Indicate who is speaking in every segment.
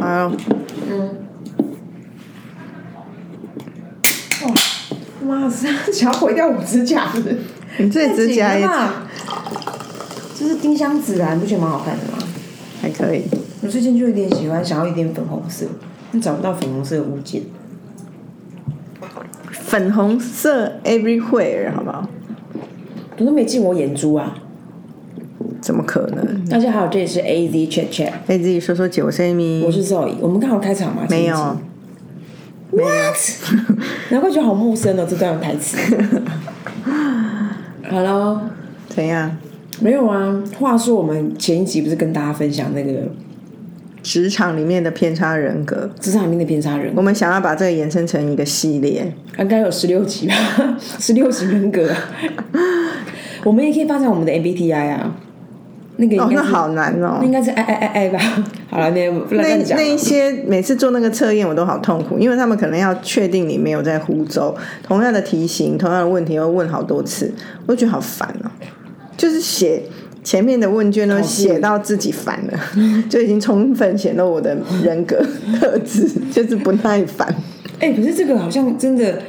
Speaker 1: 好，
Speaker 2: 嗯，
Speaker 3: 妈，想要毁掉我指甲是不是？
Speaker 1: 你这指甲也
Speaker 2: 太紧了吧这是丁香紫兰，不觉得蛮好看的吗？
Speaker 1: 还可以。
Speaker 3: 我最近就有点喜欢想要一点粉红色，但找不到粉红色的物件。
Speaker 1: 粉红色 everywhere 好不好？
Speaker 3: 我都没进我眼珠啊！
Speaker 1: 怎么可能？
Speaker 3: 大家好，这里是 A Z Chat Chat，
Speaker 1: 哎，自己说说九 C 咪
Speaker 3: 我？是 Zoe。我们刚好开场吗？
Speaker 1: 没有，
Speaker 3: 没有。难怪觉得好陌生哦，这段台词。好了，
Speaker 1: 怎样？
Speaker 3: 没有啊。话说我们前一集不是跟大家分享那个
Speaker 1: 职场里面的偏差人格，
Speaker 3: 职场里面的偏差人，
Speaker 1: 我们想要把这个延伸成一个系列。
Speaker 3: 应该有十六集吧， 十六型人格、啊。我们也可以发展我们的 MBTI 啊，那个应
Speaker 1: 哦，
Speaker 3: 该
Speaker 1: 那
Speaker 3: 是、
Speaker 1: 好难
Speaker 3: 那
Speaker 1: 哦。
Speaker 3: 应该是爱爱爱爱吧。 好了，那不
Speaker 1: 那
Speaker 3: 然乱讲啊
Speaker 1: 那。一些每次做那个测验，我都好痛苦，因为他们可能要确定你没有在湖州，同样的题型、同样的问题要问好多次，我就觉得好烦哦。就是写前面的问卷都写到自己烦了， 就已经充分显露我的人格特质， 就是不耐烦。
Speaker 3: 哎、可是这个好像真的，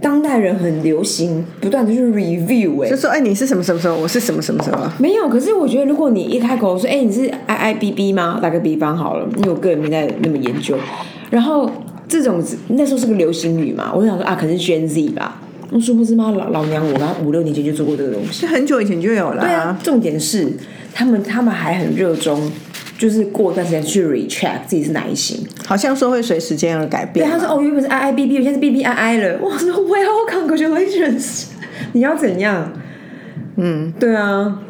Speaker 3: 当代人很流行，不断的去 review 哎、
Speaker 1: 就说哎，你是什么什么什么，我是什么什么什么，
Speaker 3: 没有，可是我觉得，如果你一开口说“哎、你是 I I B B 吗？”打个比方好了，因为我个人没在那么研究。然后这种那时候是个流行语嘛，我就想说啊，可能是 Gen Z 吧。那殊不知妈老老娘我刚五六年前就做过这个东西。
Speaker 1: 就很久以前就有了、
Speaker 3: 对啊，重点是他们他们还很热衷，就是过段时间去 recheck 自己是哪一型。
Speaker 1: 好像说会随时间而改
Speaker 3: 对，
Speaker 1: 变
Speaker 3: 他
Speaker 1: 嘛。
Speaker 3: 说哦，原本是 I I B B，我现在是 B B I I 了。哇，我说 Well congratulations，你 要怎样？嗯，对啊，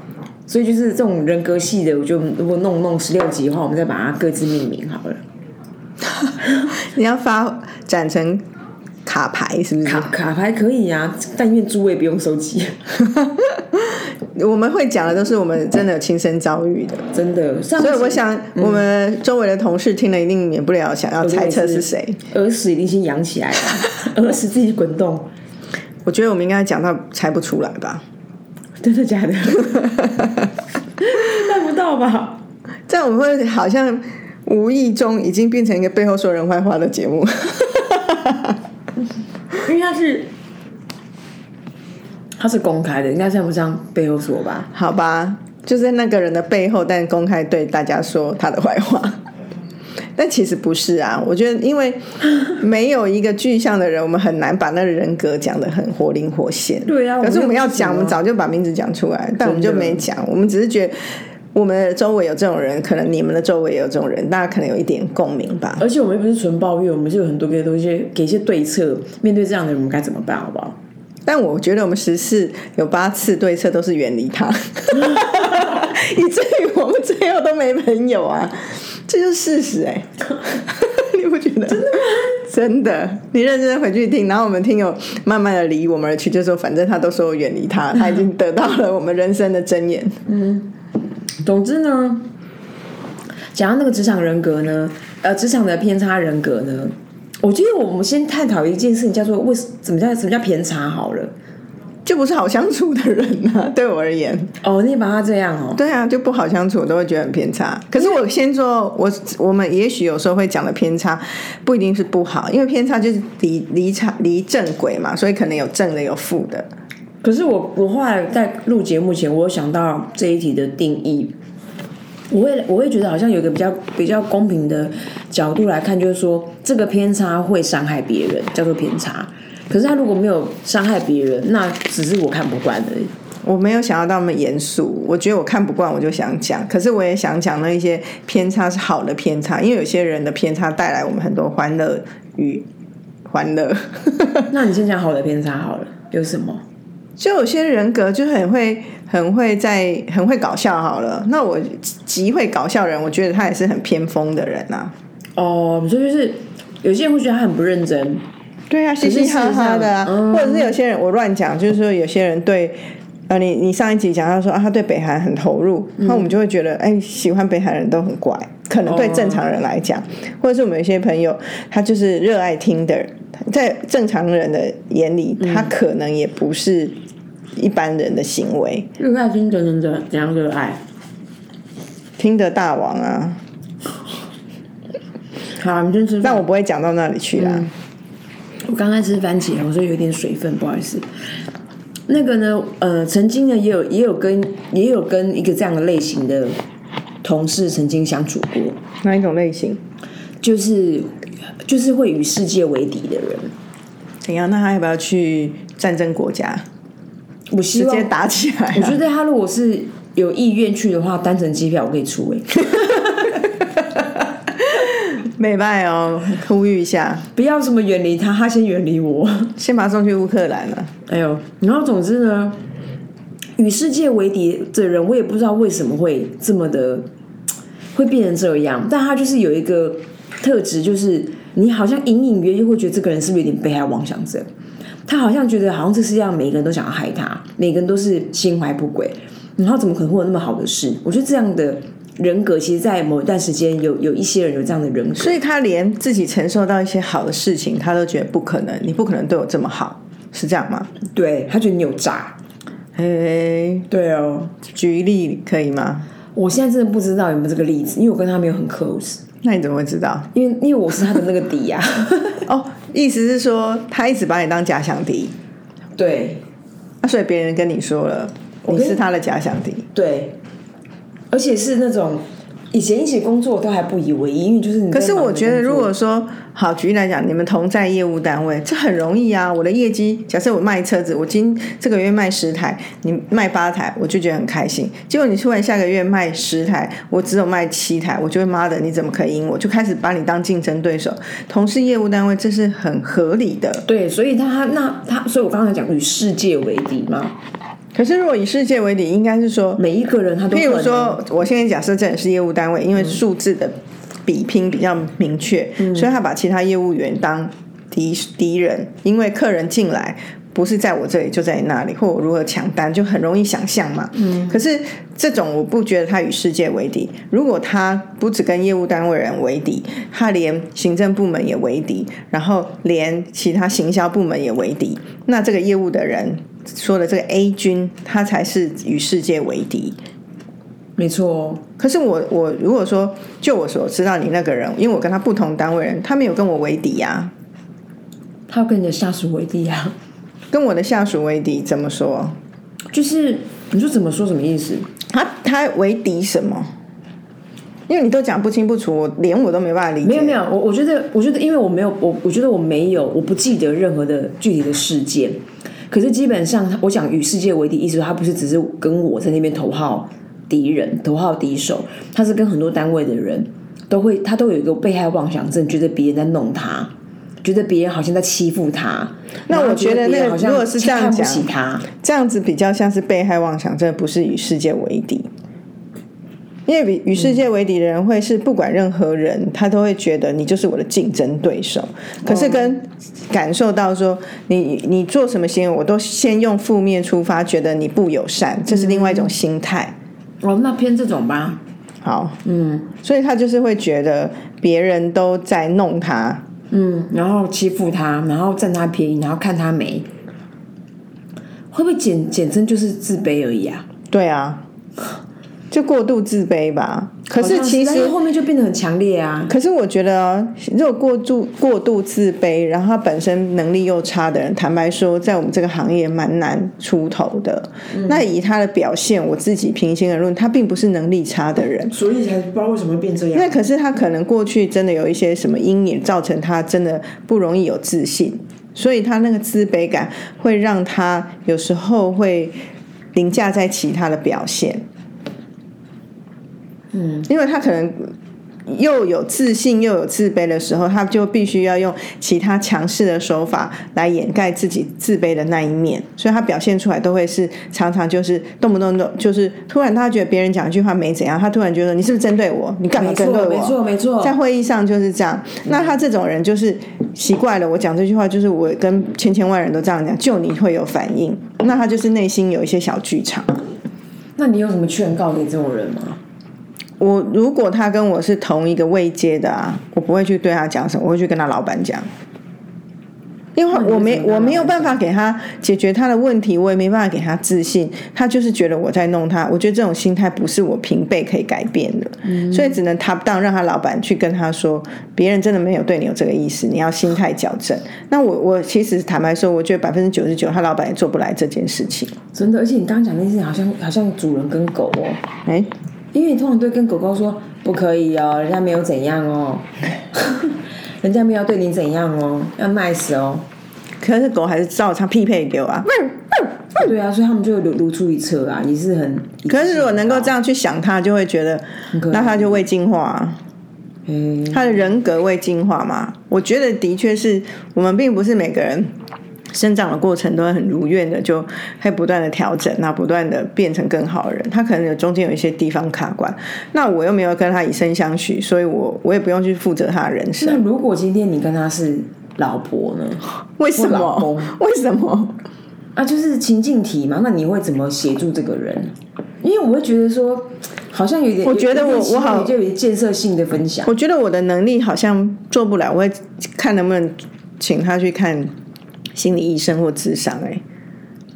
Speaker 3: 所以就是这种人格系的，我就如果弄弄十六集的话，我们再把它各自命名好了。
Speaker 1: 你要发展成卡牌是不是？
Speaker 3: 卡卡牌可以啊，但愿诸位不用 收集，
Speaker 1: 我们会讲的都是我们真的有亲身遭遇的，
Speaker 3: 真的。上
Speaker 1: 所以
Speaker 3: 次
Speaker 1: 我想我们周围的同事听了一定免不了想要猜测是谁。，
Speaker 3: 耳屎一定先扬起来 了，耳屎自己滚动，
Speaker 1: 我觉得我们应该讲到猜不出来吧，
Speaker 3: 真的假的？办不到吧？
Speaker 1: 这样我们会好像无意中已经变成一个背后说人坏话的节目。
Speaker 3: 因为它是它是公开的，应该算不上背后说吧？
Speaker 1: 好吧，就在那个人的背后，但公开对大家说他的坏话。但其实不是啊，我觉得因为没有一个具象的人，我们很难把那个人格讲得很活灵活现。
Speaker 3: 对啊
Speaker 1: 可是
Speaker 3: 我们又
Speaker 1: 我们要
Speaker 3: 不行啊
Speaker 1: 讲，我们早就把名字讲出来，但我们就没讲，我们只是觉得。我们的周围有这种人，可能你们的周围也有这种人，大家可能有一点共鸣吧。
Speaker 3: 而且我们又不是纯抱怨，我们是有很多给东西给一些对策。面对这样的人，我们该怎么办？好不好？
Speaker 1: 但我觉得我们十次有八次对策都是远离 他，以至于我们最后都没朋友啊，这就是事实 哎、你不觉得？真的吗？真的，你认真的回去听，然后我们听友慢慢的离我们而去，就说反正他都说我远离他，他已经得到了我们人生的箴言。
Speaker 3: 总之呢，讲到那个职场人格呢，呃，职场的偏差人格呢，我觉得我们先探讨一件事情，叫做为什怎么叫什么叫偏差好了。
Speaker 1: 就不是好相处的人啊，对我而言，
Speaker 3: 哦，你把它这样哦，
Speaker 1: 对啊，就不好相处，我都会觉得很偏差。可是我先说，我我们也许有时候会讲的偏差，不一定是不好，因为偏差就是离离差离正轨嘛，所以可能有正的有负的。
Speaker 3: 可是我我后来在录节目前，我有想到这一题的定义，我会我会觉得好像有一个比较比较公平的角度来看，就是说这个偏差会伤害别人，叫做偏差。可是他如果没有伤害别人，那只是我看不惯而已。
Speaker 1: 我没有想要那么严肃，我觉得我看不惯，我就想讲。可是我也想讲那一些偏差是好的偏差，因为有些人的偏差带来我们很多欢乐与欢乐。
Speaker 3: 那你先讲好的偏差好了，有什么？
Speaker 1: 就有些人格就很会、很会在、很会搞笑好了。那我极会搞笑人，我觉得他也是很偏锋的人啊。
Speaker 3: 哦，所以就是有些人会觉得他很不认真，
Speaker 1: 对啊，嘻
Speaker 3: 是
Speaker 1: 嘻哈哈的啊，
Speaker 3: 事实上嗯
Speaker 1: 或者是有些人我乱讲，就是说有些人对。呃，你你上一集讲到说啊，他对北韩很投入，
Speaker 3: 嗯
Speaker 1: 那、我们就会觉得，哎、喜欢北韩人都很乖，可能对
Speaker 3: 哦
Speaker 1: 正常人来讲，或者是我们有一些朋友，他就是热爱听的，在正常人的眼里，
Speaker 3: 嗯
Speaker 1: 他可能也不是一般人的行为，
Speaker 3: 热爱听等等等怎样热爱？
Speaker 1: 听的大王啊，
Speaker 3: 好，我们先吃饭。
Speaker 1: 但我不会讲到那里去啦。
Speaker 3: 我刚才吃番茄，我说有一点水分，不好意思。那个呢，呃，曾经呢也有也有跟也有跟一个这样的类型的同事曾经相处过，
Speaker 1: 哪一种类型？
Speaker 3: 就是就是会与世界为敌的人。
Speaker 1: 怎样？那他要不要去战争国家，
Speaker 3: 我希
Speaker 1: 直
Speaker 3: 望
Speaker 1: 接打起来、啊
Speaker 3: 我觉得他如果是有意愿去的话，单程机票我可以出欸诶、
Speaker 1: 美拜哦，呼吁一下，
Speaker 3: 不要什么远离他，他先远离我。
Speaker 1: 先把他送去乌克兰了。
Speaker 3: 哎呦，然后总之呢，与世界为敌的人，我也不知道为什么会这么的会变成这样，但他就是有一个特质，就是你好像隐隐约约会觉得这个人是不是有点被害妄想症，他好像觉得好像这世界上每个人都想要害他，每个人都是心怀不轨，然后怎么可能会有那么好的事？我觉得这样的人格，其实，在某一段时间有有一些人有这样的人格，
Speaker 1: 所以他连自己承受到一些好的事情，他都觉得不可能，你不可能对我这么好，是这样吗？
Speaker 3: 对他觉得你有诈，
Speaker 1: 诶，
Speaker 3: 对哦，
Speaker 1: 举例可以吗？
Speaker 3: 我现在真的不知道有没有这个例子，因为我跟他没有很 close。
Speaker 1: 那你怎么会知道？
Speaker 3: 因为因为我是他的那个底啊呀、
Speaker 1: 哦，意思是说他一直把你当假想敌，
Speaker 3: 对
Speaker 1: 那、所以别人跟你说了，你
Speaker 3: 跟
Speaker 1: 是他的假想敌。
Speaker 3: 对，而且是那种以前一起工作都还不以为意，因为就是你
Speaker 1: 可
Speaker 3: 在
Speaker 1: 是
Speaker 3: 忙
Speaker 1: 我
Speaker 3: 着
Speaker 1: 觉得，
Speaker 3: 工作
Speaker 1: 如果说好举例来讲，你们同在业务单位，这很容易啊。我的业绩，假设我卖车子，我今这个月卖十台，你卖八台，我就觉得很开心。结果你突然下个月卖十台，我只有卖七台，我就会妈的，你怎么可以赢我？就开始把你当竞争对手。同是业务单位，这是很合理的。
Speaker 3: 对，所以他那他，所以我刚才讲与世界为敌嘛，
Speaker 1: 可是如果以世界为敌，应该是说
Speaker 3: 每一个人他都
Speaker 1: 譬如
Speaker 3: 可能
Speaker 1: 说，我现在假设这里是业务单位，因为数字的比拼比较明确，
Speaker 3: 嗯
Speaker 1: 所以他把其他业务员当敌敌人，因为客人进来。不是在我这里，就在你那里，或我如何抢单，就很容易想象嘛。嗯，可是这种我不觉得他与世界为敌。如果他不只跟业务单位人为敌，他连行政部门也为敌，然后连其他行销部门也为敌，那这个业务的人说的这个 A 君，他才是与世界为敌。
Speaker 3: 没错哦，
Speaker 1: 可是我我如果说就我所知道你那个人，因为我跟他不同单位人，他没有跟我为敌呀、
Speaker 3: 他要跟你的下属为敌啊，
Speaker 1: 跟我的下属为敌，怎么说？
Speaker 3: 就是你说怎么说什么意思？
Speaker 1: 他他为敌什么？因为你都讲不清不楚，我连我都没办法理解。
Speaker 3: 没有没有，我我觉得我觉得，因为我没有我我觉得我没有，我不记得任何的具体的事件。可是基本上，我讲与世界为敌，意思说他不是只是跟我在那边头号敌人、头号敌手，他是跟很多单位的人都会，他都有一个被害妄想症，觉得别人在弄他，觉得别人好像在欺负他。
Speaker 1: 那
Speaker 3: 然后
Speaker 1: 我觉得那个
Speaker 3: 别人好像
Speaker 1: 如果是这样
Speaker 3: 看不
Speaker 1: 讲
Speaker 3: 起他，
Speaker 1: 这样子比较像是被害妄想症，不是与世界为敌。因为与与世界为敌的人会是不管任何人，他都会觉得你就是我的竞争对手。可是跟感受到说你你做什么行为，我都先用负面出发，觉得你不友善，这是另外一种心态。
Speaker 3: 哦，那偏这种吧，
Speaker 1: 好，嗯，所以他就是会觉得别人都在弄他，
Speaker 3: 嗯，然后欺负他，然后占他便宜，然后看他没，会不会简简称就是自卑而已啊？
Speaker 1: 对啊，就过度自卑吧。可
Speaker 3: 好
Speaker 1: 是
Speaker 3: 像
Speaker 1: 其
Speaker 3: 但
Speaker 1: 实
Speaker 3: 后面就变得很强烈啊。
Speaker 1: 可是我觉得、哦，如果过度过度自卑，然后他本身能力又差的人，坦白说，在我们这个行业蛮难出头的。那以他的表现，我自己平心而论，他并不是能力差的人。
Speaker 3: 所以才不知道为什么会变这样。
Speaker 1: 那可是他可能过去真的有一些什么阴影，造成他真的不容易有自信，所以他那个自卑感会让他有时候会凌驾在其他的表现。嗯，因为他可能又有自信又有自卑的时候，他就必须要用其他强势的手法来掩盖自己自卑的那一面，所以他表现出来都会是常常就是动不动就是突然他觉得别人讲一句话没怎样，他突然觉得你是不是针对我？你干嘛
Speaker 3: 没
Speaker 1: 针对
Speaker 3: 错，
Speaker 1: 我？
Speaker 3: 没错，没
Speaker 1: 在
Speaker 3: 错。
Speaker 1: 会议上就是这样。那他这种人就是习惯了，我讲这句话就是我跟千千万人都这样讲，就你会有反应。那他就是内心有一些小剧场。
Speaker 3: 那你有什么劝告给这种人吗？
Speaker 1: 我如果他跟我是同一个位阶的啊，我不会去对他讲什么，我会去跟他老板讲。因为
Speaker 3: 那你
Speaker 1: 我
Speaker 3: 为
Speaker 1: 没
Speaker 3: 什么
Speaker 1: 我
Speaker 3: 拿
Speaker 1: 没有
Speaker 3: 来
Speaker 1: 办法给他解决他的问题，我也没办法给他自信，他就是觉得我在弄他。我觉得这种心态不是我平辈可以改变的，所以只能 top down 让他老板去跟他说，别人真的没有对你有这个意思，你要心态矫正。那我我其实坦白说，我觉得百分之九十九他老板也做不来这件事情。
Speaker 3: 真的，而且你刚刚讲那件事情，好像好像主人跟狗哦，
Speaker 1: 哎，
Speaker 3: 因为你通常都会跟狗狗说不可以哦，人家没有怎样哦， 人家没有对你怎样哦，要 nice 哦。
Speaker 1: 可是狗还是照常匹配给我啊。
Speaker 3: 对啊，所以他们就如如出一辙啊，也是很。
Speaker 1: 可是如果能够这样去想他，就会觉得
Speaker 3: 可，爱
Speaker 1: 那他就未进化、啊。
Speaker 3: 嗯，
Speaker 1: 他的人格未进化嘛？我觉得的确是我们并不是每个人生长的过程都会很如愿的，就会不断的调整，那不断的变成更好的人。他可能有中间有一些地方卡关，那我又没有跟他以身相许，所以我我也不用去负责他的人生。
Speaker 3: 那如果今天你跟他是老婆 呢？
Speaker 1: 为什
Speaker 3: 我老
Speaker 1: 么
Speaker 3: 公？
Speaker 1: 为什么？
Speaker 3: 啊，就是情境题嘛，那你会怎么协助这个人？因为我会觉得说，好像有点，
Speaker 1: 我觉得我
Speaker 3: 有点
Speaker 1: 我好
Speaker 3: 就有点建设性的分享。
Speaker 1: 我觉得我的能力好像做不来，我会看能不能请他去看心理医生或智商、欸。哎，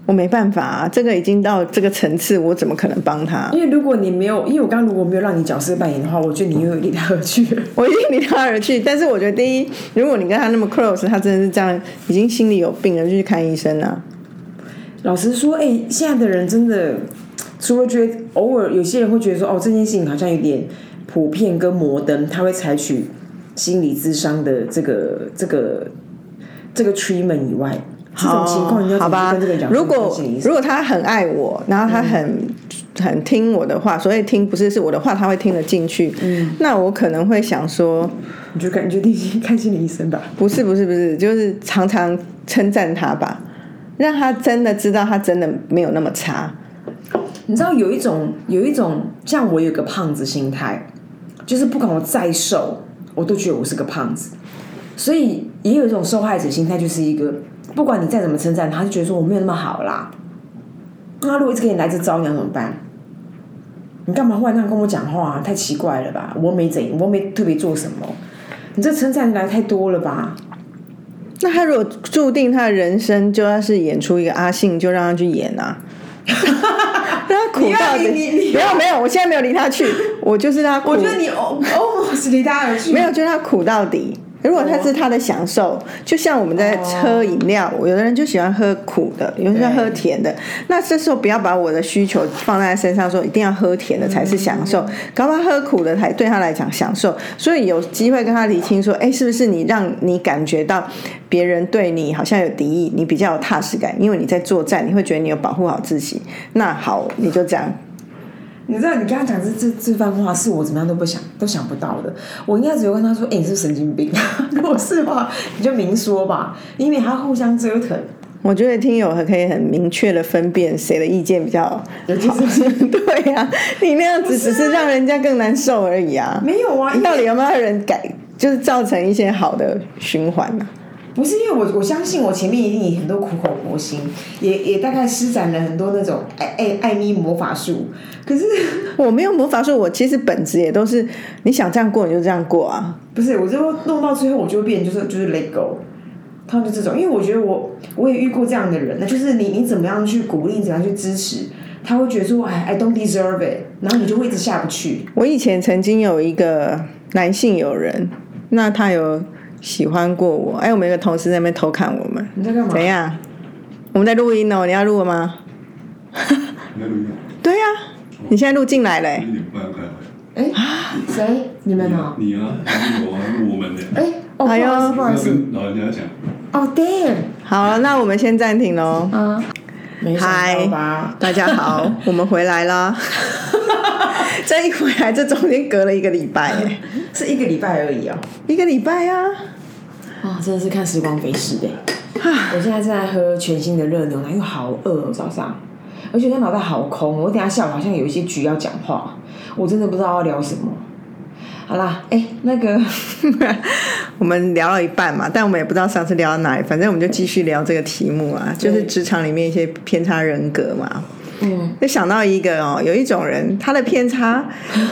Speaker 1: 我没办法、啊，这个已经到这个层次，我怎么可能帮他？
Speaker 3: 因为如果你没有，因为我刚刚如果没有让你角色扮演的话，我觉得你又 离他而去了。
Speaker 1: 我一定离他而去。 但是我觉得，第一，如果你跟他那么 close，他真的是这样，已经心里有病了，就去看医生啊。
Speaker 3: 老实说，哎、现在的人真的，除了觉得偶尔有些人会觉得说，哦，这件事情好像有点普遍跟摩登，他会采取心理智商的这个这个这个 treatment 以外，这种情况你要
Speaker 1: 好
Speaker 3: 怎么
Speaker 1: 吧
Speaker 3: 去跟这个人讲？
Speaker 1: 如果
Speaker 3: 这件事情
Speaker 1: 如果他很爱我，然后他很、很听我的话，所以听不是是我的话，他会听得进去。嗯，那我可能会想说，
Speaker 3: 你就看你就定心看心理医生吧。
Speaker 1: 不是不是不是，就是常常称赞他吧，让他真的知道他真的没有那么差。
Speaker 3: 你知道有一种有一种像我有个胖子心态，就是不管我再瘦，我都觉得我是个胖子，所以也有一种受害者心态，就是一个不管你再怎么称赞他，他就觉得说我没有那么好啦。那他如果一直给你来这招，你要怎么办？你干嘛忽然这样跟我讲话、啊太奇怪了吧？我没怎，我没特别做什么，你这称赞来太多了吧？
Speaker 1: 那他如果注定他的人生就要是演出一个阿信，就让他去演啊， 让他苦到
Speaker 3: 你要你你
Speaker 1: 底。
Speaker 3: 你
Speaker 1: 没有没有，我现在没有离他去，我就是让他苦，
Speaker 3: 你 almost 离他而去
Speaker 1: 没有就让他苦到底。如果他是他的享受，就像我们在喝饮料，有的人就喜欢喝苦的，有人喜欢喝甜的。那这时候不要把我的需求放在身上，说一定要喝甜的才是享受，搞不好喝苦的才对他来讲享受。所以有机会跟他理清说，哎，是不是你让你感觉到别人对你好像有敌意，你比较有踏实感，因为你在作战，你会觉得你有保护好自己。那好，你就这样。
Speaker 3: 你知道你刚刚讲这这这番话是我怎么样都不想都想不到的。我应该只会跟他说：“哎、你是不是神经病。” 如果是的话，你就明说吧，以免他互相折腾。
Speaker 1: 我觉得听友可以很明确的分辨谁的意见比较好。
Speaker 3: 尤其是
Speaker 1: 对呀、你那样子只是让人家更难受而已啊。
Speaker 3: 没有啊，因
Speaker 1: 你
Speaker 3: 为
Speaker 1: 到底有没有人改，就是造成一些好的循环啊呢、
Speaker 3: 不是因为我我相信我前面一定也很多苦口婆心，也也大概施展了很多那种爱爱爱咪魔法术。可是
Speaker 1: 我没有魔法术，我其实本质也都是你想这样过你就这样过啊。
Speaker 3: 不是，我就弄到最后，我就会变就是就是 let go。他们就这种，因为我觉得我我也遇过这样的人，那就是你你怎么样去鼓励，你怎么样去支持，他会觉得说哎 I don't deserve it，然后你就会一直下不去。
Speaker 1: 我以前曾经有一个男性友人，那他有喜欢过我，哎，我们有个同事在那边偷看我们，
Speaker 3: 你在干嘛
Speaker 1: 怎？样？我们在录音哦，你要录了吗？
Speaker 4: 没录音啊，
Speaker 1: 对呀、你现在录进来嘞、
Speaker 4: 一点半开会。
Speaker 3: 哎，谁？你们啊？
Speaker 4: 你啊，你有啊，我们的。
Speaker 3: 哎，哦，不好
Speaker 1: 哎
Speaker 3: 意
Speaker 1: 呦
Speaker 3: 思，不好意思，
Speaker 4: 跟老人家讲，
Speaker 3: 哦，damn，
Speaker 1: 好了，那我们先暂停喽。
Speaker 3: 啊，没想
Speaker 1: 嗨
Speaker 3: 到吧？，
Speaker 1: 大家好，我们回来啦。这一回来，这中间隔了一个礼拜耶，
Speaker 3: 是一个礼拜而已哦。
Speaker 1: 一个礼拜啊！
Speaker 3: 啊，真的是看时光飞逝 的。我现在正在喝全新的热牛奶，因为好饿、哦，早上，而且我脑袋好空。我等一下下午好像有一些局要讲话，我真的不知道要聊什么。好啦，哎、那个
Speaker 1: 我们聊了一半嘛，但我们也不知道上次聊到哪里，反正我们就继续聊这个题目啊，就是职场里面一些偏差人格嘛。嗯，就想到一个哦，有一种人，他的偏差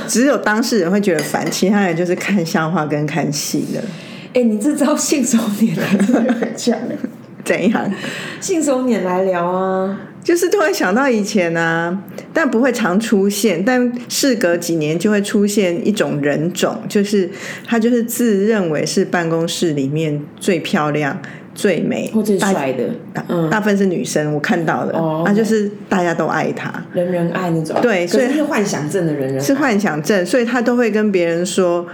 Speaker 1: 只有当事人会觉得烦，其他人就是看笑话跟看戏的。
Speaker 3: 哎、你这招信手拈来，真的很强哎。
Speaker 1: 怎样？
Speaker 3: 信手拈来聊啊，
Speaker 1: 就是突然想到以前啊，但不会常出现，但事隔几年就会出现一种人种，就是他就是自认为是办公室里面最漂亮、最美
Speaker 5: 或者是
Speaker 1: 大
Speaker 5: 帅的，
Speaker 1: 大
Speaker 5: 嗯，
Speaker 1: 大部分是女生，我看到的，那、
Speaker 5: 哦，OK
Speaker 1: 就是大家都爱她，
Speaker 5: 人人爱那种，
Speaker 1: 对，
Speaker 3: 可
Speaker 1: 所以
Speaker 3: 是是幻想症的人人
Speaker 1: 是幻想症，所以他都会跟别人说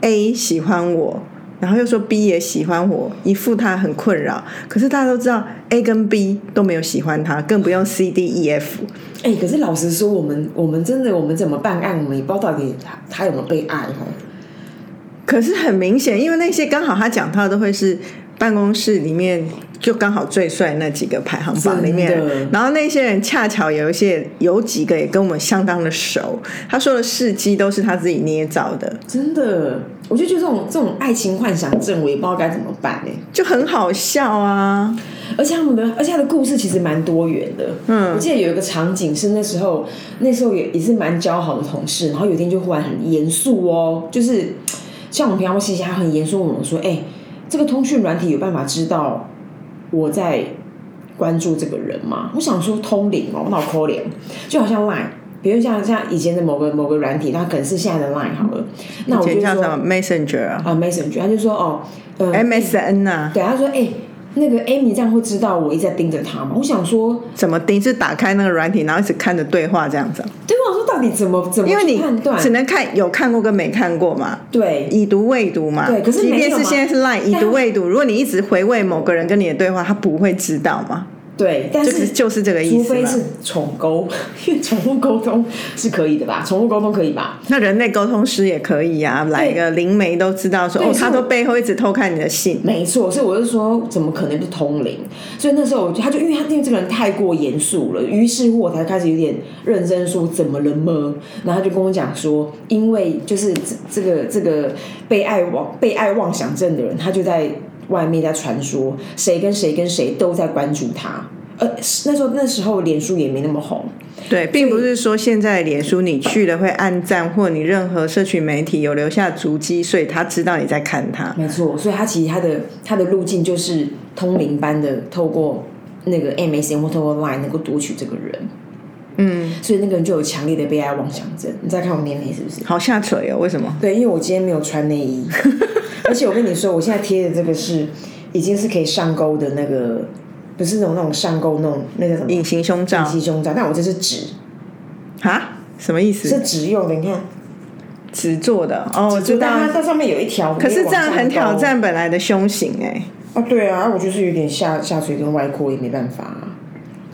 Speaker 1: A 喜欢我，然后又说 B 也喜欢我，一副他很困扰。可是大家都知道 A 跟 B 都没有喜欢他，更不用 C D E F。
Speaker 3: 哎、可是老实说，我们我们真的我们怎么办哎案，我们也不知道到底他他有没有被爱哦。
Speaker 1: 可是很明显，因为那些刚好他讲到的都会是办公室里面就刚好最帅那几个排行榜里面
Speaker 5: 真的，
Speaker 1: 然后那些人恰巧有一些有几个也跟我们相当的熟，他说的事迹都是他自己捏造的，
Speaker 3: 真的，我就觉得这种这种爱情幻想症，我也不知道该怎么办哎、
Speaker 1: 就很好笑啊。
Speaker 3: 而且他们的，而且他的故事其实蛮多元的。嗯，我记得有一个场景是那时候，那时候也也是蛮交好的同事，然后有一天就忽然很严肃哦，就是像我们平常会嘻嘻哈哈很严肃，问我说：“哎、这个通讯软体有办法知道我在关注这个人吗？”我想说通灵哦，我脑抠脸，就好像 Line。比如像像以前的某个某个软体，它可能是现在的 Line 好了，那我就
Speaker 1: 简叫
Speaker 3: 说
Speaker 1: 什么 Messenger 啊
Speaker 3: 啊 Messenger，他就说哦，呃
Speaker 1: ，MSN 呐、啊，
Speaker 3: 对，他说：“哎、那个 Amy 这样会知道我一直在盯着他吗？”我想说，
Speaker 1: 怎么盯？是打开那个软体，然后一直看着对话这样子啊，
Speaker 3: 对，我想说到底怎么怎么
Speaker 1: 因为
Speaker 3: 去
Speaker 1: 你
Speaker 3: 判断？
Speaker 1: 只能看有看过跟没看过嘛。
Speaker 3: 对，
Speaker 1: 已读未读嘛，
Speaker 3: 对可是
Speaker 1: 即
Speaker 3: 没有
Speaker 1: 便是
Speaker 3: 嘛
Speaker 1: 现在是 Line 已
Speaker 3: 但
Speaker 1: 读未读，如果你一直回味某个人跟你的对话，他不会知道嘛，
Speaker 3: 对，但、
Speaker 1: 就是是就是这个意
Speaker 3: 除
Speaker 1: 思
Speaker 3: 非
Speaker 1: 嘛
Speaker 3: 是。宠沟， 因为宠物沟通是可以的吧？宠物沟通可以吧？
Speaker 1: 那人类沟通师也可以啊，来一个灵媒都知道说，
Speaker 3: 对
Speaker 1: 哦，
Speaker 3: 是
Speaker 1: 他
Speaker 3: 我
Speaker 1: 都背后一直偷看你的信，
Speaker 3: 没错，所以我就说，怎么可能不通灵？所以那时候我就他就因为他因为这个人太过严肃了，于是乎我才开始有点认真说怎么了么？然后他就跟我讲说，因为就是这这个这个被爱妄被爱妄想症的人，他就在外面在传说谁跟谁跟谁都在关注他。呃，那时候那时候脸书也没那么红，
Speaker 1: 对，并不是说现在脸书你去了会按赞，或你任何社群媒体有留下足迹，所以他知道你在看他。
Speaker 3: 没错，所以他其实他的他的路径就是通灵般的，透过那个 MSN 或透过 Line 能够读取这个人。嗯，所以那个人就有强烈的被爱妄想症。你再看我年龄是不是？
Speaker 1: 好下垂哦，为什么？
Speaker 3: 对，因为我今天没有穿 内衣，而且我跟你说，我现在贴的这个是已经是可以上钩的那个，不是那种那种上钩那种那个什么
Speaker 1: 隐形胸罩
Speaker 3: 吸胸罩，但我这是纸，
Speaker 1: 啊？什么意
Speaker 3: 是
Speaker 1: 思？
Speaker 3: 纸用的。你看，
Speaker 1: 纸做的哦，我知
Speaker 3: 就
Speaker 1: 道
Speaker 3: 但。它它上面有一条，
Speaker 1: 可是这样很挑
Speaker 3: 没有往上
Speaker 1: 战本来的胸型哎、
Speaker 3: 勾。啊，对啊，我就是有点下下垂跟外扩，也没办法啊、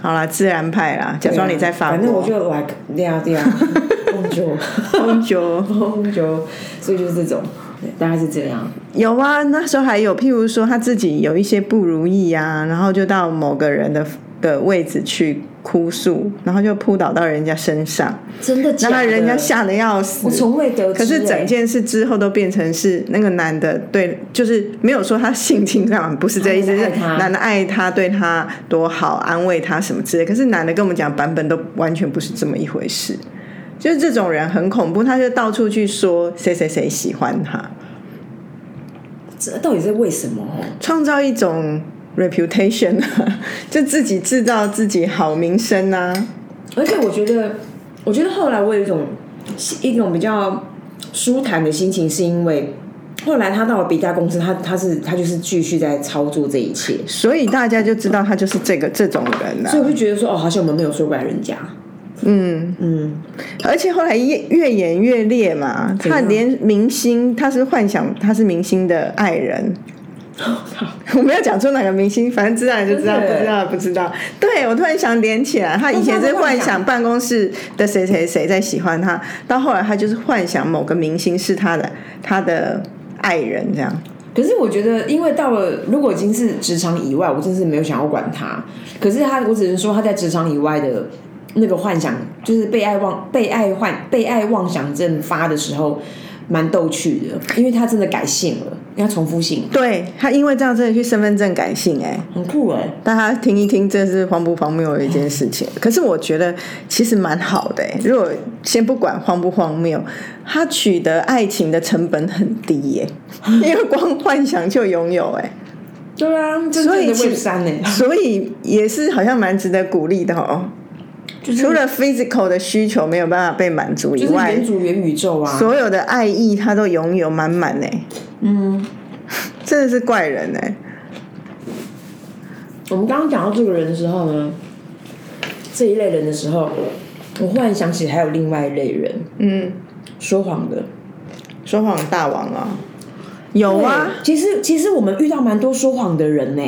Speaker 1: 好啦，自然派啦，假装你在法国。
Speaker 3: 反正我就 like 对啊对啊， 红酒
Speaker 1: 很久
Speaker 3: 红酒，所以就是这种，对大概是这样。
Speaker 1: 有啊，那时候还有，譬如说他自己有一些不如意啊，然后就到某个人的的位置去哭诉，然后就扑倒到人家身上，
Speaker 3: 真的假
Speaker 1: 然后
Speaker 3: 的？
Speaker 1: 人家吓得要死
Speaker 3: 我。从未得知、
Speaker 1: 可是整
Speaker 3: 欸
Speaker 1: 件事之后都变成是那个男的对，就是没有说他性侵犯，不是这意思，
Speaker 3: 他
Speaker 1: 是
Speaker 3: 男的爱他
Speaker 1: 男的爱他，对他多好，安慰他什么之类。可是男的跟我们讲版本都完全不是这么一回事，就是这种人很恐怖，他就到处去说谁谁谁喜欢他，
Speaker 3: 这到底是为什么？
Speaker 1: 创造一种 reputation 啊，就自己制造自己好名声啊。
Speaker 3: 而且我觉得，我觉得后来我有一种一种比较舒坦的心情，是因为后来他到了别家公司，他他是他就是继续在操作这一切，
Speaker 1: 所以大家就知道他就是这个这种人啊
Speaker 3: 所以。我就觉得说，哦，好像我们没有说怪人家。
Speaker 1: 而且后来越越演越烈嘛，他连明星，他是幻想他是明星的爱 人。我没有讲出哪个明星，反正知道就知道，
Speaker 3: 真的
Speaker 1: 不知道不知道。对我突然想连起来，他以前是幻想办公室的谁谁谁在喜欢他，到后来他就是幻想某个明星是他的他的爱人这样。
Speaker 3: 可是我觉得，因为到了如果已经是职场以外，我真是没有想要管他。可是他，我只能说他在职场以外的那个幻想，就是被爱妄、被爱幻、被爱妄想症发的时候，蛮逗趣的，因为他真的改姓了，因为他重复姓，
Speaker 1: 对他因为这样真的去身份证改姓哎、
Speaker 3: 很酷哎、
Speaker 1: 大家听一听，这是荒不荒谬的一件事情。可是我觉得其实蛮好的、欸，如果先不管荒不荒谬，他取 得爱情的成本很低耶、因为光幻想就拥有哎、
Speaker 3: 对啊，真
Speaker 1: 所
Speaker 3: 正
Speaker 1: 以
Speaker 3: 的
Speaker 1: 其
Speaker 3: Web 三呢、欸
Speaker 1: 所以也是好像蛮值得鼓励的哦。除了 physical 的需求没有办法被满足以
Speaker 3: 就是
Speaker 1: 外，
Speaker 3: 元祖元宇宙啊，
Speaker 1: 所有的爱意他都拥有满满呢。嗯， 真的是怪人哎。
Speaker 3: 我们刚刚讲到这个人的时候呢，这一类人的时候，我忽然想起还有另外一类人，
Speaker 1: 嗯，
Speaker 3: 说谎的。
Speaker 1: 说谎大王啊，有啊，
Speaker 3: 对，其实其实我们遇到蛮多说谎的人呢、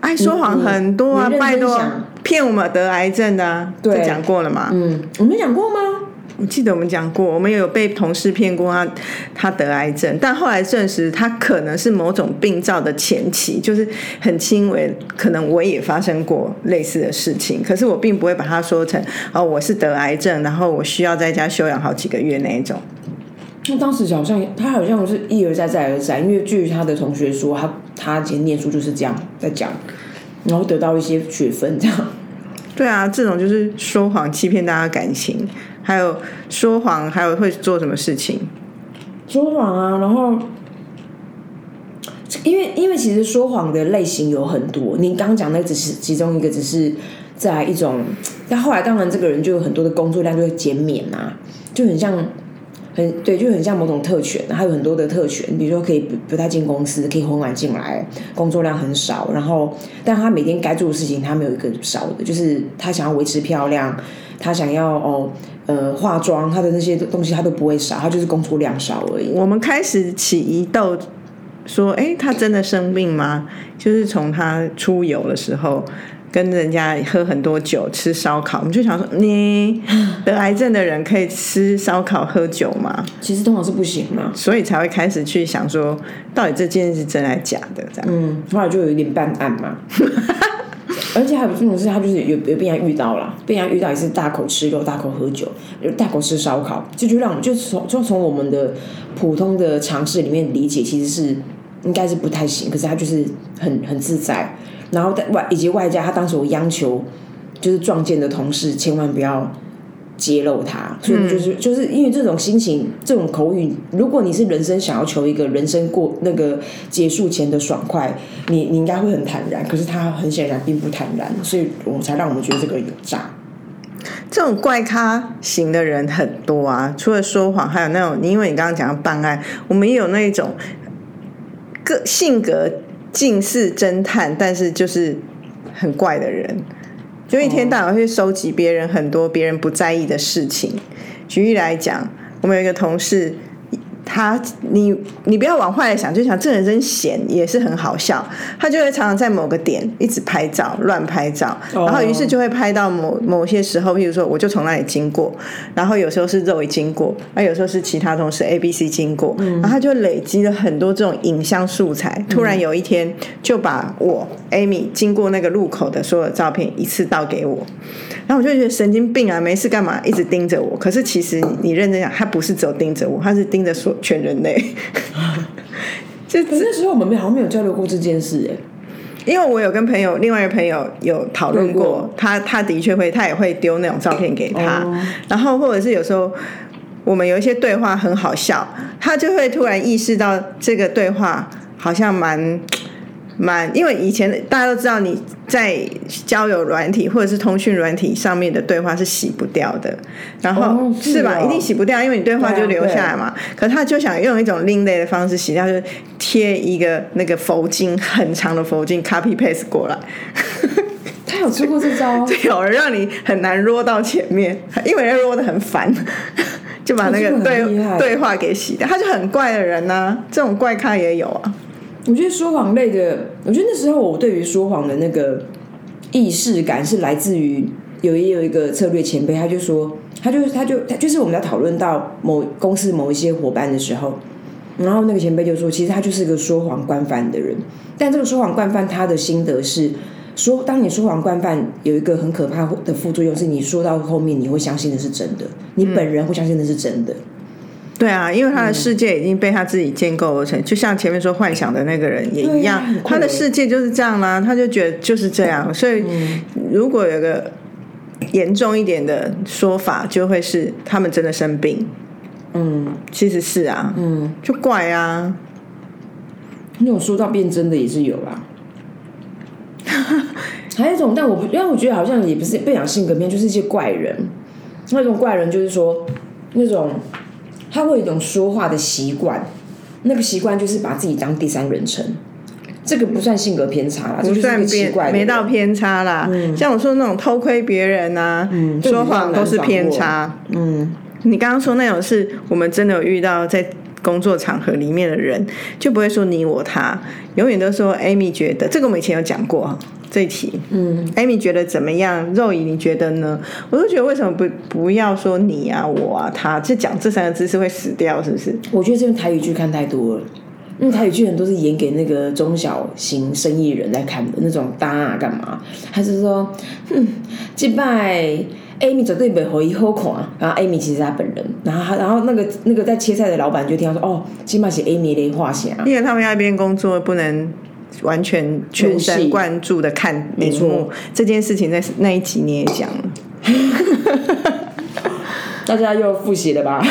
Speaker 1: 爱哎说谎很多啊，
Speaker 3: 你你你
Speaker 1: 拜
Speaker 3: 认真
Speaker 1: 托
Speaker 3: 想，
Speaker 1: 骗我们得癌症的、啊，
Speaker 3: 对
Speaker 1: 这讲过了嘛？
Speaker 3: 嗯，我们讲过吗？
Speaker 1: 我记得我们讲过，我们有被同事骗过他，他得癌症，但后来证实他可能是某种病灶的前期，就是很轻微。可能我也发生过类似的事情，可是我并不会把它说成哦，我是得癌症，然后我需要在家休养好几个月那一种。
Speaker 3: 那当时好像他好像是一而再再而再，因为据他的同学说，他他以前念书就是这样在讲，然后得到一些学分这样。
Speaker 1: 对啊，这种就是说谎欺骗大家感情，还有说谎，还有会做什么事情？
Speaker 3: 说谎啊，然后因为因为其实说谎的类型有很多，你刚刚讲那只是其中一个，只是在一种，但后来当然这个人就有很多的工作量就会减免啊，就很像。很对，就很像某种特权，他有很多的特权，比如说可以不不太进公司，可以很晚进来，工作量很少，然后但他每天该做的事情他没有一个少的，就是他想要维持漂亮，他想要哦呃化妆，他的那些东西他都不会少，他就是工作量少而已。
Speaker 1: 我们开始起疑窦，说：“哎，他真的生病吗？”就是从他出游的时候，跟人家喝很多酒、吃烧烤，我们就想说：“你得癌症的人可以吃烧烤、喝酒吗
Speaker 3: 其实通常是不行啦。？”
Speaker 1: 所以才会开始去想说，到底这件事是真还是假的？这样，
Speaker 3: 嗯，后来就有一点办案嘛。 而且还有这种事，他就是有有被人家遇到了，被人家遇到也是大口吃肉、大口喝酒、有大口吃烧烤，这就让我们就从就从我们的普通的常识里面理解，其实是应该是不太行，可是他就是很很自在，然后在外以及外加他当时我央求，就是撞见的同事千万不要揭露他，所以就是、就是因为这种心情、这种口语，如果你是人生想要求一个人生过那个结束前的爽快，你你应该会很坦然，可是他很显然并不坦然，所以我才让我们觉得这个人有诈。
Speaker 1: 这种怪咖型的人很多啊，除了说谎，还有那种，因为你刚刚讲到办案，我们也有那种个性格近似侦探，但是就是很怪的人，就一天到晚会收集别人很多别人不在意的事情。举例来讲，我们有一个同事，他你你不要往坏了想，就想这人真闲，也是很好笑。他就会常常在某个点一直拍照，乱拍照，
Speaker 3: 哦
Speaker 1: 然后于是就会拍到某某些时候，譬如说我就从那里经过，然后有时候是肉 o 经过，那有时候是其他同事 A、B、C 经过，然后他就累积了很多这种影像素材。突然有一天，就把我 Amy 经过那个路口的所有照片一次倒给我。然后我就觉得神经病啊，没事干嘛一直盯着我？可是其实你认真想，他不是只有盯着我，他是盯着所全人类。 就
Speaker 3: 可是那时候我们没好像没有交流过这件事、欸，
Speaker 1: 因为我有跟朋友，另外一个朋友有讨论
Speaker 3: 论
Speaker 1: 过
Speaker 3: 过，哦
Speaker 1: 他他的确会，他也会丢那种照片给他，然后或者是有时候我们有一些对话很好笑，他就会突然意识到这个对话好像蛮蛮，因为以前大家都知道你在交友软体或者是通讯软体上面的对话是洗不掉的，然后、
Speaker 3: 哦是
Speaker 1: 吧？
Speaker 3: 哦
Speaker 1: 一定洗不掉，因为你对话
Speaker 3: 对
Speaker 1: 就
Speaker 3: 啊
Speaker 1: 留下来嘛。可是他就想用一种另类的方式洗掉，就是贴一个那个佛经很长的佛经 copy paste 过来，
Speaker 3: 哦他有出过这 招，啊
Speaker 1: 有而让你很难落到前面，因为落得很烦， 就把那
Speaker 3: 哦这
Speaker 1: 个
Speaker 3: 个
Speaker 1: 对
Speaker 3: 很厉害
Speaker 1: 对话给洗掉。他就很怪的人呐、啊这种怪咖也有啊。
Speaker 3: 我觉得说谎类的，我觉得那时候我对于说谎的那个意识感是来自于有也有一个策略前辈，他就说，他就他就他就是我们在讨论到某公司某一些伙伴的时候，然后那个前辈就说，其实他就是个说谎惯犯的人，但这个说谎惯犯他的心得是。说，当你说谎惯犯有一个很可怕的副作用，是你说到后面你会相信的是真的，你本人会相信的是真的。
Speaker 1: 对啊，因为他的世界已经被他自己建构而成，就像前面说幻想的那个人也一样，
Speaker 3: 嗯对啊很酷
Speaker 1: 他的世界就是这样啦、他就觉得就是这样。所以，如果有个严重一点的说法，就会是他们真的生病。
Speaker 3: 嗯，
Speaker 1: 其实是啊，嗯，就怪啊，
Speaker 3: 那种说到变真的也是有啦。还有一种，但我不，因为我觉得好像也不是不讲性格面，就是一些怪人。那种怪人就是说，那种他会有一种说话的习惯，那个习惯就是把自己当第三人称。这个不算性格偏差啦，这
Speaker 1: 不
Speaker 3: 就是一
Speaker 1: 算
Speaker 3: 个奇
Speaker 1: 偏
Speaker 3: 怪的人，嗯
Speaker 1: 没到偏差啦。像我说那种偷窥别人啊，说谎都是偏差。嗯，你刚刚说那种是我们真的有遇到在工作场合里面的人，就不会说你我他，永远都说 Amy 觉得这个我们以前有讲过这一题。嗯，Amy 觉得怎么样？肉姨你觉得呢？我就觉得为什么不不要说你啊我啊他，就讲这三个字是会死掉，是不是？
Speaker 3: 我觉得是因为台语剧看太多了，因为台语剧很多是演给那个中小型生意人在看的那种搭啊干嘛，他就说，哼，这拜 Amy 绝对不回好看，然后 Amy 其实是他本人，然后他然后那个那个在切菜的老板就听到说，哦，起码是 Amy 的画像。
Speaker 1: 因为他们要一边工作，不能完全全
Speaker 3: 入
Speaker 1: 神
Speaker 3: 戏
Speaker 1: 贯注的看荧幕。这件事情在那一集你也讲了，
Speaker 3: 大家又复习了吧？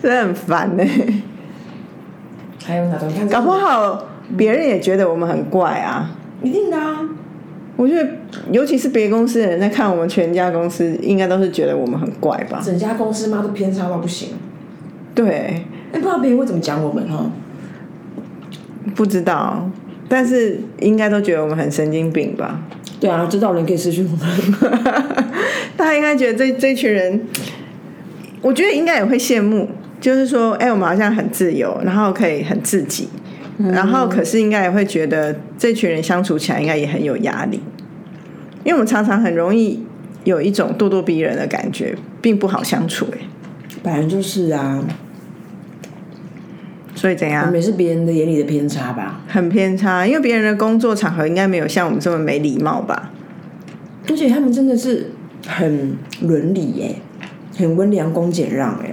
Speaker 1: 真的很烦呢、
Speaker 2: 还有哪种？看
Speaker 1: 搞不好别人也觉得我们很怪啊。
Speaker 2: 一定的啊，
Speaker 1: 我觉得，尤其是别公司的人在看我们全家公司，应该都是觉得我们很怪吧？
Speaker 2: 整家公司妈都偏差到不行。
Speaker 1: 对，
Speaker 2: 哎、不知道别人会怎么讲我们哈？
Speaker 1: 不知道，但是应该都觉得我们很神经病吧？
Speaker 3: 对啊，知道人可以失去我们。
Speaker 1: 大家应该觉得这这群人，我觉得应该也会羡慕，就是说，哎、我们好像很自由，然后可以很自己，
Speaker 3: 嗯
Speaker 1: 然后可是应该也会觉得这群人相处起来应该也很有压力，因为我们常常很容易有一种咄咄逼人的感觉，并不好相处、哎，
Speaker 3: 本来就是啊，
Speaker 1: 所以怎
Speaker 3: 我
Speaker 1: 样
Speaker 3: 们？也是别人的眼里的偏差吧。
Speaker 1: 很偏差，因为别人的工作场合应该没有像我们这么没礼貌吧？
Speaker 3: 而且他们真的是很伦理耶、很温良恭俭让哎、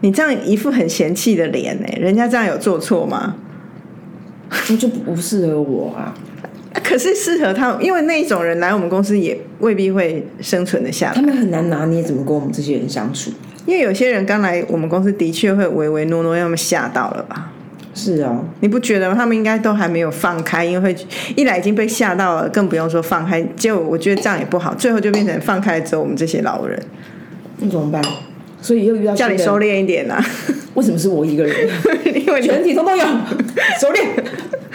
Speaker 1: 你这样一副很嫌弃的脸，哎，人家这样有做错吗？
Speaker 3: 那就不适合我 啊。
Speaker 1: 可是适合他，因为那一种人来我们公司也未必会生存的下
Speaker 3: 他
Speaker 1: 来。
Speaker 3: 们很难拿捏怎么跟我们这些人相处。
Speaker 1: 因为有些人刚来我们公司，的确会唯唯诺诺，要么吓到了吧？
Speaker 3: 是哦，
Speaker 1: 你不觉得吗？他们应该都还没有放开，因为会一来已经被吓到了，更不用说放开。结果我觉得这样也不好，最后就变成放开之后我们这些老人，
Speaker 3: 那怎么办？所以又遇到
Speaker 1: 叫你收
Speaker 3: 敛，
Speaker 1: 敛一点啊，
Speaker 3: 为什么是我一个 人？
Speaker 1: 因为你
Speaker 3: 全体通 通有收敛，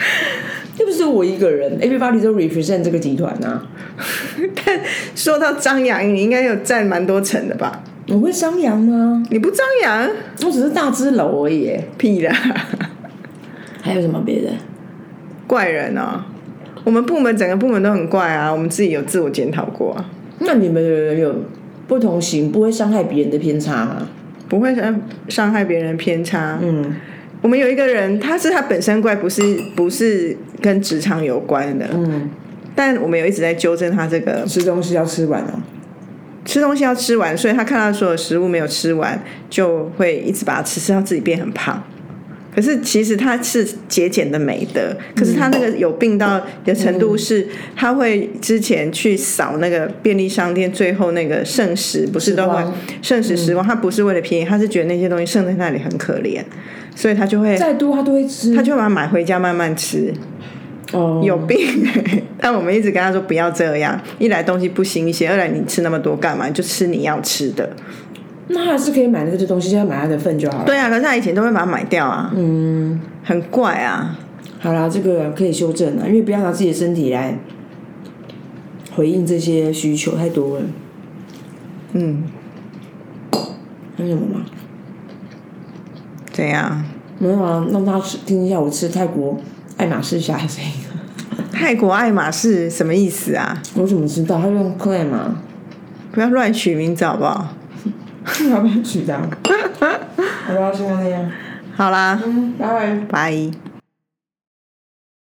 Speaker 3: 又不是我一个人，everybody 都 represent 这个集团啊。
Speaker 1: 但说到张扬，你应该有占蛮多层的吧？
Speaker 3: 我会张扬吗？
Speaker 1: 你不张扬，
Speaker 3: 我只是大只楼而已耶。
Speaker 1: 屁啦！
Speaker 3: 还有什么别的？
Speaker 1: 怪人啊、我们部门整个部门都很怪啊，我们自己有自我检讨过啊。
Speaker 3: 那你们有人有不同型不会伤害别人的偏差吗？
Speaker 1: 不会伤伤害别人偏差。
Speaker 3: 嗯，
Speaker 1: 我们有一个人，他是他本身怪，不是不是跟职场有关的。
Speaker 3: 嗯，
Speaker 1: 但我们有一直在纠正他这个
Speaker 3: 吃东西要吃完哦。
Speaker 1: 吃东西要吃完，所以他看到所有食物没有吃完，就会一直把它吃，吃到自己变很胖。可是其实他是节俭的美德，可是他那个有病到的程度是，他会之前去扫那个便利商店，最后那个剩食不是都会
Speaker 3: 时光嗯
Speaker 1: 剩食时光，他不是为了便宜，他是觉得那些东西剩在那里很可怜，所以他就会
Speaker 3: 再多他都会吃。
Speaker 1: 他就会把它买回家慢慢吃。
Speaker 3: 哦，
Speaker 1: 有病、 但我们一直跟他说不要这样，一来东西不新鲜，二来你吃那么多干嘛？你就吃你要吃的。
Speaker 3: 那他还是可以买那个东西，就要买他的份就好了。
Speaker 1: 对啊，可是他以前都会把它买掉啊，嗯，很怪啊。
Speaker 3: 好啦，这个可以修正啊，因为不要拿自己的身体来回应这些需求，太多了。
Speaker 1: 嗯，
Speaker 3: 还有什么吗？
Speaker 1: 怎样？
Speaker 3: 没有啊，让他吃听一下我吃泰国爱马仕虾的声音。
Speaker 1: 泰国爱马仕什么意思啊？
Speaker 3: 我怎么知道？他用啊 clay 嘛，
Speaker 1: 不要乱取名字好不好？
Speaker 3: 老板取的啊。好吧，希望那样。
Speaker 1: 好啦，
Speaker 3: 嗯，拜拜。
Speaker 1: 拜。